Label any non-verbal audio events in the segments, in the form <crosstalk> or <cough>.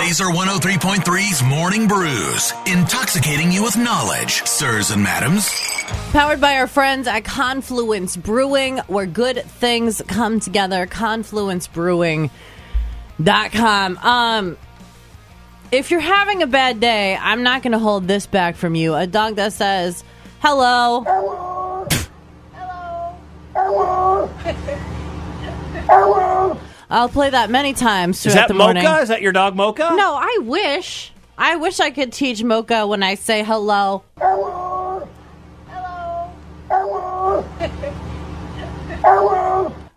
Laser 103.3's Morning Brews, intoxicating you with knowledge, sirs and madams. Powered by our friends at Confluence Brewing, where good things come together. ConfluenceBrewing.com. Um, if you're having a bad day, I'm not going to hold this back from you. A dog that says, hello. <laughs> Hello. I'll play that many times throughout Is that the Mocha? morning. Is that your dog Mocha? No, I wish. I wish I could teach Mocha when I say hello.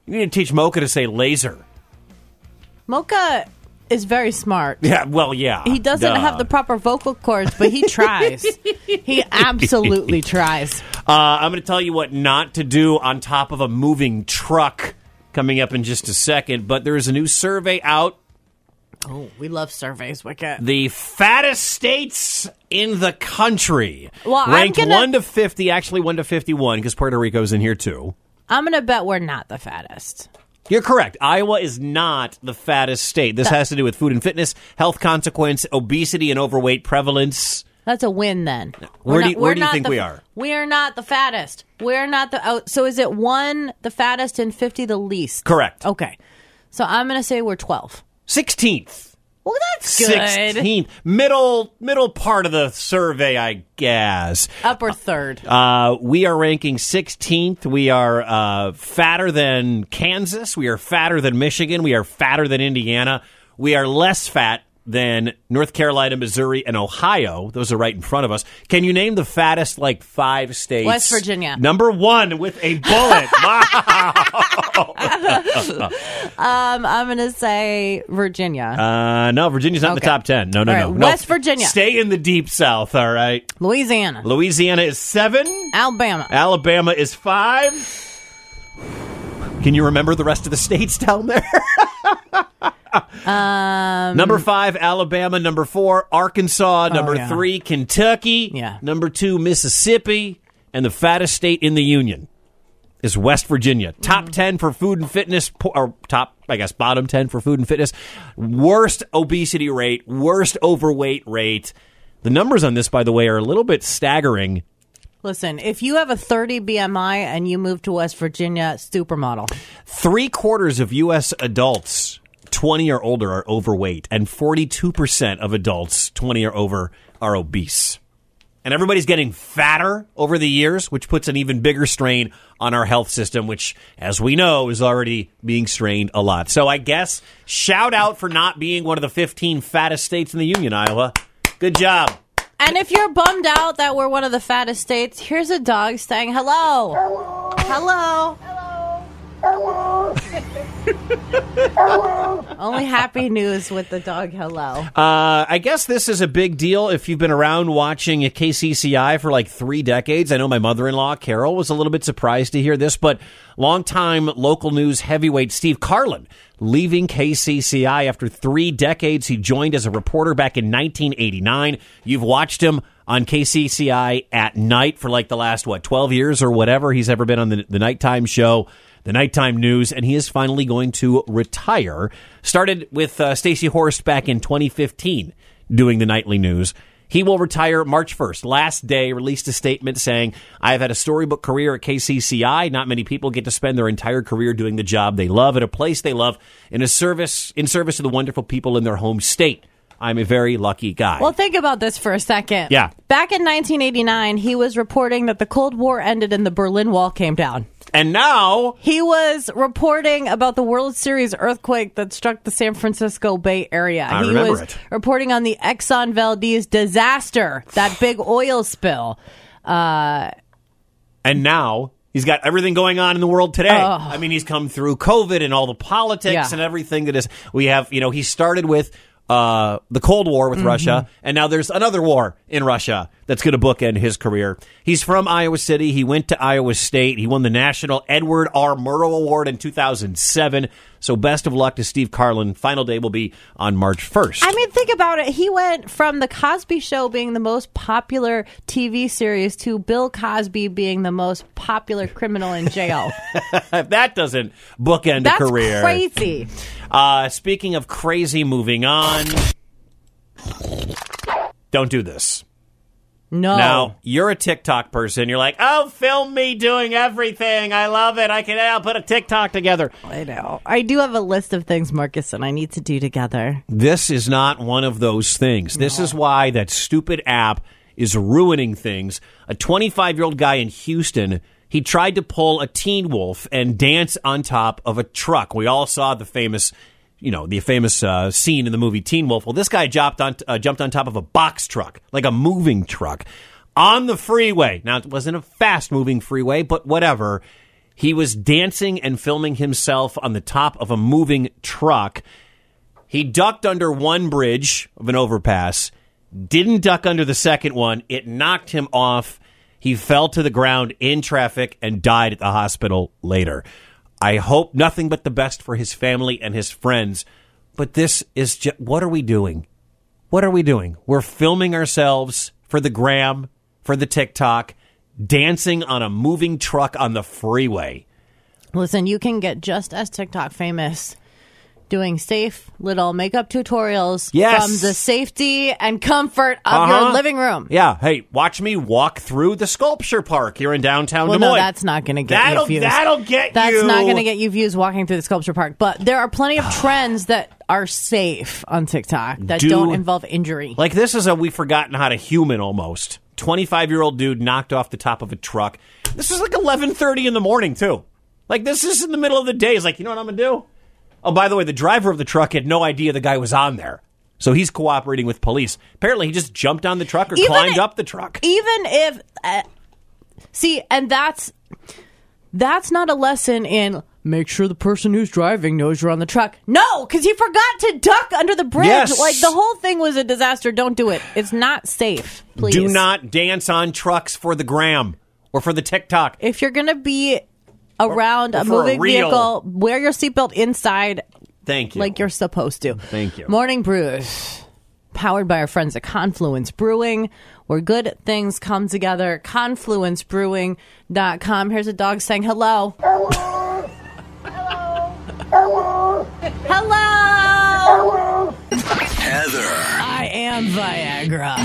You need to teach Mocha to say laser. <laughs> Mocha is very smart. Yeah, well, yeah. He doesn't Duh. have the proper vocal cords, but he <laughs> tries. he absolutely tries. Uh, I'm going to tell you what not to do on top of a moving truck coming up in just a second, but there is a new survey out. Oh, we love surveys, Wicket. The fattest states in the country. Well, I'm ranked gonna- 1 to 50, actually 1 to 51, because Puerto Rico's in here too. I'm going to bet we're not the fattest. You're correct. Iowa is not the fattest state. This has to do with food and fitness, health consequence, obesity, and overweight prevalence. That's a win then. Where We're do not- you- we're where do you not think the- we are? We are not the fattest. We're not the. Oh, so is it one the fattest and 50 the least? Correct. Okay. So I'm going to say we're 12. 16th. Well, that's good. 16th. Middle middle part of the survey, I guess. Upper third. Uh, we are ranking 16th. We are uh, fatter than Kansas. We are fatter than Michigan. We are fatter than Indiana. We are less fat than North Carolina, Missouri, and Ohio. Those are right in front of us. Can you name the fattest, like, five states? West Virginia. Number one with <laughs> a bullet. Wow. Um, I'm going to say Virginia. Uh, no, Virginia's not in the Okay. top 10. No, no, All no, right, no. West Virginia. Stay in the deep south, all right? Louisiana. Louisiana is seven. Alabama. Alabama is five. Can you remember the rest of the states down there? Um, number five, Alabama. Number four, Arkansas. Number Oh, yeah. three, Kentucky. Yeah. Number two, Mississippi. And the fattest state in the union is West Virginia. Mm. Top 10 for food and fitness, po- or top, I guess, bottom 10 for food and fitness. Worst obesity rate, worst overweight rate. The numbers on this, by the way, are a little bit staggering. Listen, if you have a 30 BMI and you move to West Virginia, supermodel. Three quarters of U.S. adults 20 or older are overweight, and 42% of adults 20 or over are obese. And everybody's getting fatter over the years, which puts an even bigger strain on our health system, which, as we know, is already being strained a lot. So I guess shout out for not being one of the 15 fattest states in the Union, Iowa. Good job. And if you're bummed out that we're one of the fattest states, here's a dog saying hello. Hello. Hello. <laughs> Only happy news with the dog hello. Uh, I guess this is a big deal if you've been around watching KCCI for like three decades. I know my mother in law, Carol, was a little bit surprised to hear this, but longtime local news heavyweight Steve Carlin leaving KCCI after three decades. He joined as a reporter back in 1989. You've watched him on KCCI at night for like the last, what, 12 years or whatever he's ever been on the, the nighttime show the nighttime news, and he is finally going to retire. Started with uh, Stacey Horst back in 2015 doing the nightly news. He will retire March 1st. Last day, released a statement saying, I have had a storybook career at KCCI. Not many people get to spend their entire career doing the job they love at a place they love in a service, in service to the wonderful people in their home state. I'm a very lucky guy. Well, think about this for a second. Yeah. Back in 1989, he was reporting that the Cold War ended and the Berlin Wall came down. and now, He was reporting about the World Series earthquake that struck the San Francisco Bay Area. I he remember was it. reporting on the Exxon Valdez disaster, that big oil spill. and now he's got everything going on in the world today. I mean, he's come through COVID and all the politics Oh. Yeah. and everything that is. We have, you know, he started with uh, the Cold War Mm-hmm. with Russia, and now there's another war in Russia that's going to bookend his career. He's from Iowa City. He went to Iowa State. He won the National Edward R. Murrow Award in 2007. So best of luck to Steve Carlin. Final day will be on March 1st. I mean, think about it. He went from The Cosby Show being the most popular TV series to Bill Cosby being the most popular criminal in <laughs> jail. if that doesn't bookend That's a career. crazy. Uh, speaking of crazy, moving on. don't do this. No. Now, you're a TikTok person. You're like, oh, film me doing everything. I love it. I can I'll put a TikTok together. I know. I do have a list of things, Marcus, and I need to do together. This is not one of those things. This is why that stupid app is ruining things. A 25 year old guy in Houston, he tried to pull a teen wolf and dance on top of a truck. We all saw the famous. You know the famous uh, scene in the movie Teen Wolf. Well, this guy jumped on uh, jumped on top of a box truck, like a moving truck, on the freeway. Now it wasn't a fast moving freeway, but whatever. He was dancing and filming himself on the top of a moving truck. He ducked under one bridge of an overpass, didn't duck under the second one. It knocked him off. He fell to the ground in traffic and died at the hospital later. I hope nothing but the best for his family and his friends. But this is just what are we doing? What are we doing? We're filming ourselves for the gram, for the TikTok, dancing on a moving truck on the freeway. Listen, you can get just as TikTok famous doing safe little makeup tutorials Yes. from the safety and comfort of Uh-huh. your living room. Yeah. Hey, watch me walk through the sculpture park here in downtown Well, Des Moines. no, that's not going to get That'll- you views. that'll get that's you- not going to get you views walking through the sculpture park. But there are plenty <sighs> of trends that are safe on TikTok that Do- don't involve injury. Like this is a we've forgotten how to human almost. Twenty five year old dude knocked off the top of a truck. This is like eleven thirty in the morning too. Like this is in the middle of the day. He's like, you know what I'm gonna do? Oh, by the way, the driver of the truck had no idea the guy was on there. So he's cooperating with police. Apparently he just jumped on the truck or Even climbed i- up the truck. even if uh, see and that's that's not a lesson in make sure the person who's driving knows you're on the truck no because he forgot to duck under the bridge Yes. like the whole thing was a disaster don't do it it's not safe please Do not dance on trucks for the gram or for the TikTok. if you're gonna be around a for a moving reel. vehicle wear your seatbelt inside Thank you. like you're supposed to. Thank you. Morning Brews, powered by our friends at Confluence Brewing, where good things come together. ConfluenceBrewing.com. Here's a dog saying hello. Hello. hello. Hello. Heather, I am Viagra.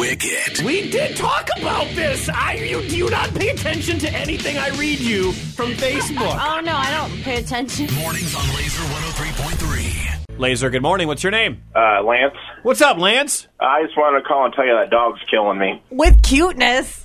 Wicket, We did talk about this. I you do you not pay attention to anything I read you from Facebook. Oh no, I don't pay attention. mornings on oh Laser 103.3. Laser, good morning. What's your name? Uh, Lance, What's up, Lance? I just wanted to call and tell you that dog's killing me. With cuteness.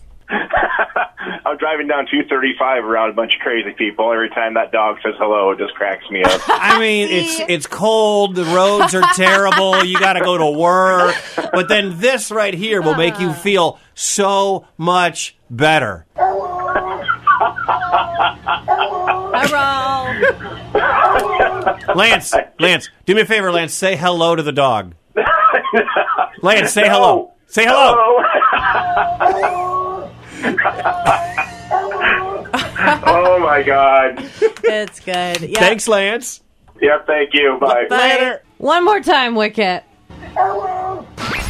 I'm driving down 235 around a bunch of crazy people. Every time that dog says hello, it just cracks me up. <laughs> <laughs> I mean, it's it's cold. The roads are terrible. You got to go to work. But then this right here will make you feel so much better. <laughs> Hello. Lance, Lance, do me a favor, Lance. Say hello to the <laughs> dog. Lance, say hello. Say hello. oh, oh my God. it's good. Yeah. Thanks, Lance. Yep, thank you. Bye. Bye. Later. One more time, Wicket.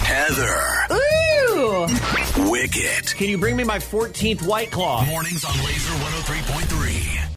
Heather, Ooh. Wicket, Can you bring me my 14th White Claw? oh mornings on Laser 103.3.